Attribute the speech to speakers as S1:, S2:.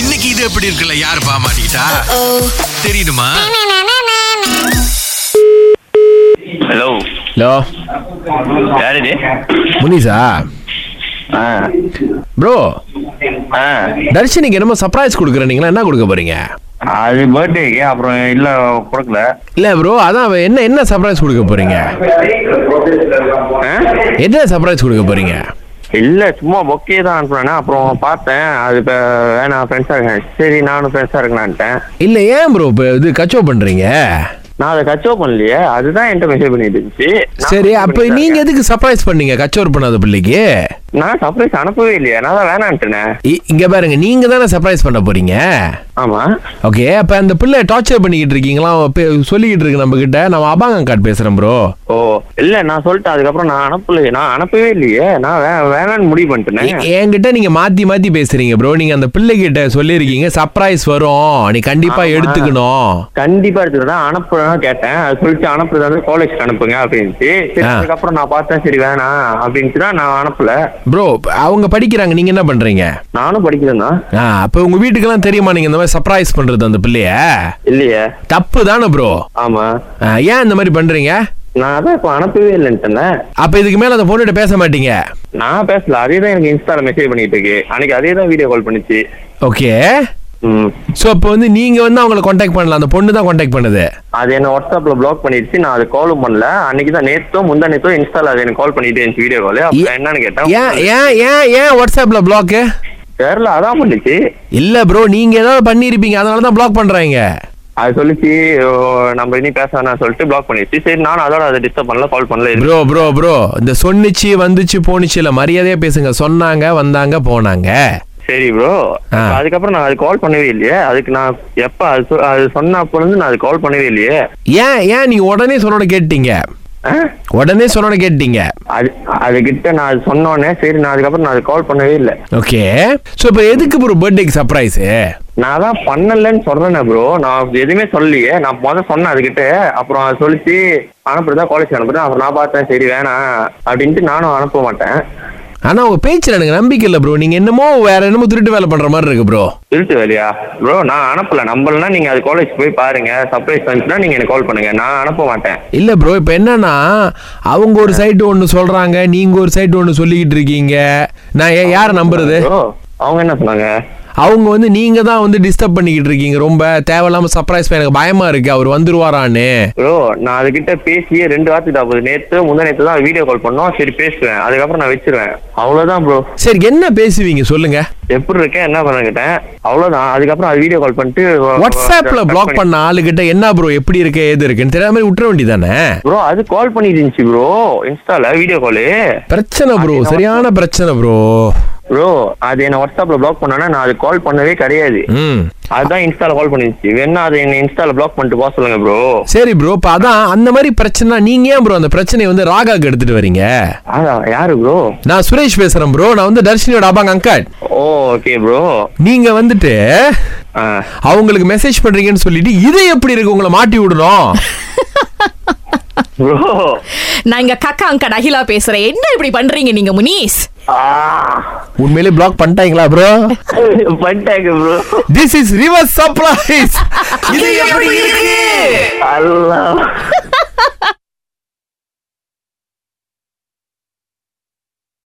S1: இன்னைக்கு இது எப்படி இருக்குல்ல யாரு பாமாட்டா தெரியுமா
S2: ஹலோ
S3: ஹலோ
S2: யார் இது
S3: முனிசா
S2: ஆ
S3: ப்ரோ
S2: ஆ
S3: தர்ஷினிக்கு என்னமோ சர்ப்ரைஸ் கொடுக்குறீங்களா என்ன கொடுக்க போறீங்க
S2: அது பர்த்டேக்கு அப்புறம் இல்லை கொடுக்கல
S3: இல்ல ப்ரோ அதான் அவ என்ன என்ன சர்ப்ரைஸ் கொடுக்க போறீங்க என்ன சர்ப்ரைஸ் கொடுக்க போறீங்க
S2: இல்லை சும்மா பொக்கே தான் அனுப்புனேன் அப்புறம் பார்த்தேன் அது இப்போ வேணாம் ஃப்ரெண்ட்ஸாக இருக்கேன் சரி நானும் ஃப்ரெண்ட்ஸாக இருக்கலான்ட்டேன்
S3: இல்ல ஏன் ப்ரோ இப்போ இது கச்சோ பண்றீங்க
S2: நான் அதை கச்சோ பண்ணலையே அதுதான் என்கிட்ட மெசேஜ் பண்ணிட்டு இருந்துச்சு நான்
S3: சரி
S2: message
S3: அப்ப
S2: பண்ணிட்டு
S3: நீங்க
S2: இருக்கேன்.
S3: எதுக்கு சர்ப்ரைஸ் பண்ணீங்க கச்சோர் பண்ணாத பிள்ளைக்கு
S2: நான் சர்ப்ரைஸ் அனுப்பவே இல்லையே நான் தான் வேணான்ட்டுனேன்
S3: இ- இங்க பாருங்க நீங்க தானே சர்ப்ரைஸ் பண்ண போறீங்க
S2: ஆமாம்
S3: ஓகே அப்ப அந்த பிள்ளை டார்ச்சர் பண்ணிக்கிட்டு இருக்கீங்களா அவ பே- சொல்லிக்கிட்டு இருக்கு நம்ம கிட்ட நம்ம அபாங்க கார்டு பேசுறேன் ப்ரோ
S2: ஓ இல்லை நான் சொல்லிட்டேன் அதுக்கப்புறம் நான் அனுப்பலையே நான் அனுப்பவே இல்லையே நான் வே வேணான்னு முடிவு பண்ணிட்டேன்
S3: எ- என்கிட்ட நீங்க மாத்தி மாத்தி பேசுறீங்க ப்ரோ நீங்க அந்த பிள்ளைகிட்ட சொல்லியிருக்கீங்க சர்ப்ரைஸ் வரும் நீ கண்டிப்பா
S2: ஆமா.
S3: எடுத்துக்கணும்
S2: கண்டிப்பா எடுத்துக்கிறேன் அனுப்புறேன் கேட்டேன் அது சொல்லிட்டு அனுப்புறது வந்து காலேஜ் அனுப்புங்க அப்படின்ட்டு சரி
S3: ஆ.
S2: அதுக்கப்புறம் நான் பார்த்தேன் சரி வேணாம் அப்படின்ட்டு தான் நான் அனுப்பல
S3: ப்ரோ அவங்க படிக்கிறாங்க நீங்க என்ன பண்றீங்க
S2: நானும் படிக்கிறேன் தான்
S3: ஆ அப்ப உங்க வீட்டுக்கெல்லாம் தெரியுமா நீங்க இந்த மாதிரி சர்ப்ரைஸ் பண்றது அந்த பிள்ளைய
S2: இல்லையே
S3: தப்பு தானே ப்ரோ
S2: ஆமா
S3: ஏன் இந்த மாதிரி பண்றீங்க
S2: நான் அதான் இப்போ அனுப்பவே இல்லைன்ட்டேன்ல
S3: அப்ப இதுக்கு மேல அந்த பொண்ணுகிட்ட பேச மாட்டீங்க
S2: நான் பேசல அதே தான் எனக்கு இன்ஸ்டால மெசேஜ் பண்ணிட்டு இருக்கு அன்னைக்கு அதே தான் வீடியோ கால் பண்ணுச்சு
S3: ஓகே
S2: ம்
S3: ஸோ அப்போ வந்து நீங்க வந்து அவங்கள காண்டாக்ட் பண்ணல அந்த பொண்ணு தான் காண்டாக்ட் பண்ணுது
S2: அது என்ன வாட்ஸ்அப்ல பிளாக் பண்ணிடுச்சு நான் அது காலும் பண்ணல அன்னைக்கு தான் நேத்தோ முந்தா நேத்தோ இன்ஸ்டால அது எனக்கு கால் பண்ணிட்டே இருந்துச்சு வீடியோ கால்
S3: ஏ-
S2: அப்புறம் என்னன்னு
S3: ஏன்
S2: கேட்டேன்
S3: ஏன் ஏன் ஏன் வாட்ஸ்அப்ல பிளாக்கு
S2: தெரியல அதான் பண்ணுச்சு
S3: இல்ல ப்ரோ நீங்க ஏதாவது பண்ணியிருப்பீங்க அதனால தான் பிளாக் பண்றாங்க
S2: அது சொல்லிச்சு ஓ, நம்ம இனி பேச வேணாம் சொல்லிட்டு பிளாக் பண்ணிடுச்சு சரி நானும் அதோட அதை டிஸ்டர்ப் பண்ணல கால் பண்ணல இது-
S3: ப்ரோ ப்ரோ ப்ரோ இந்த சொன்னிச்சு வந்துச்சு போனுச்சு இல்ல மரியாதையா பேசுங்க சொன்னாங்க வந்தாங்க போனாங்க
S2: சரி ப்ரோ
S3: ஆ.
S2: அதுக்கப்புறம் நான் அது கால் பண்ணவே இல்லையே அதுக்கு நான் எப்ப அது சொ- அது சொன்ன அப்ப இருந்து நான் அது கால் பண்ணவே இல்லையே
S3: ஏன் ஏன் நீங்க உடனே சொன்னோட கேட்டீங்க
S2: ஆ?
S3: உடனே சொன்னோட கேட்டீங்க
S2: அது அதுகிட்ட நான் அது சொன்ன உடனே சரி நான் அதுக்கப்புறம் நான் அது கால் பண்ணவே இல்லை
S3: ஓகே சோ இப்போ எதுக்கு ப்ரோ பர்த்டேக்கு சர்ப்ரைஸ்
S2: நான் தான் பண்ணலன்னு சொல்றேனே ப்ரோ நான் எதுவுமே சொல்லலையே நான் முதல்ல சொன்னேன் அதுகிட்ட அப்புறம் அது சொல்லிச்சு அனுப்புறதா காலேஜ் அனுப்புறேன் அப்புறம் நான் பார்த்தேன் சரி வேணாம் அப்படின்ட்டு நானும் அனுப்ப மாட்டேன்
S3: ஆனா உங்க பேச்சுல எனக்கு நம்பிக்கை இல்ல ப்ரோ நீங்க என்னமோ வேற என்னமோ திருட்டு வேலை பண்ற மாதிரி இருக்கு ப்ரோ
S2: திருட்டு வேலையா ப்ரோ நான் அனுப்பல நம்பலனா நீங்க அது காலேஜ் போய் பாருங்க சர்ப்ரைஸ் வந்துச்சுன்னா நீங்க எனக்கு கால் பண்ணுங்க நான் அனுப்ப மாட்டேன்
S3: இல்ல ப்ரோ இப்போ என்னன்னா அவங்க ஒரு சைடு ஒன்னு சொல்றாங்க நீங்க ஒரு சைடு ஒன்னு சொல்லிக்கிட்டு இருக்கீங்க நான் ஏ- யாரை நம்புறது
S2: ப்ரோ அவங்க என்ன சொன்னாங்க
S3: அவங்க வந்து நீங்க தான் வந்து டிஸ்டர்ப் பண்ணிக்கிட்டு இருக்கீங்க ரொம்ப தேவையில்லாம சர்ப்ரைஸ் எனக்கு பயமா இருக்கு அவர் வந்துருவாரான்னு
S2: ப்ரோ நான் அதுகிட்ட பேசியே ரெண்டு வார்த்தை தான் போகுது நேத்து முந்தா நேத்து தான் வீடியோ கால் பண்ணோம் சரி பேசுவேன் அதுக்கப்புறம் நான் வச்சிருவேன் அவ்வளவுதான் ப்ரோ
S3: சரி என்ன பேசுவீங்க சொல்லுங்க
S2: எப்படி இருக்கேன் என்ன பண்ண கேட்டேன் அவ்வளவுதான் அதுக்கப்புறம் அது வீடியோ கால் பண்ணிட்டு
S3: வாட்ஸ்அப்ல பிளாக் பண்ண ஆளுகிட்ட என்ன ப்ரோ எப்படி இருக்கு ஏது இருக்குன்னு தெரியாத மாதிரி விட்டுற வேண்டியதானே
S2: ப்ரோ அது கால் பண்ணிட்டு இருந்துச்சு ப்ரோ இன்ஸ்டால வீடியோ காலு
S3: பிரச்சனை ப்ரோ சரியான பிரச்சனை ப்ரோ
S2: ப்ரோ அது என்ன வாட்ஸ்அப்ல பிளாக் பண்ணனா நான் அது கால் பண்ணவே கிடையாது
S3: ம்
S2: அதான் இன்ஸ்டால கால் பண்ணிருச்சு வேணா அதை என்ன இன்ஸ்டால பிளாக் பண்ணிட்டு போக சொல்லுங்க ப்ரோ
S3: சரி ப்ரோ இப்போ அதான் அந்த மாதிரி பிரச்சனை நீங்க ஏன் ப்ரோ அந்த பிரச்சனையை வந்து ராகாக்கு எடுத்துட்டு வரீங்க
S2: அதான் யாரு ப்ரோ
S3: நான் சுரேஷ் பேசுறேன் ப்ரோ நான் வந்து தர்ஷினியோட அப்பாங்க அங்கட்
S2: ஓகே ப்ரோ
S3: நீங்க வந்துட்டு அவங்களுக்கு மெசேஜ் பண்றீங்கன்னு சொல்லிட்டு இது எப்படி இருக்கு உங்களை மாட்டி விடணும்
S2: ப்ரோ
S4: நான் இங்க கக்கா அங்கட் அகிலா பேசுறேன் என்ன இப்படி பண்றீங்க நீங்க முனீஸ்
S3: உண்மையிலேயே பிளாக் பண்ணிட்டாங்களா ப்ரோ
S2: பண்ணிட்டாங்க bro
S3: this is reverse surprise இது எப்படி இருக்கு
S2: அல்லா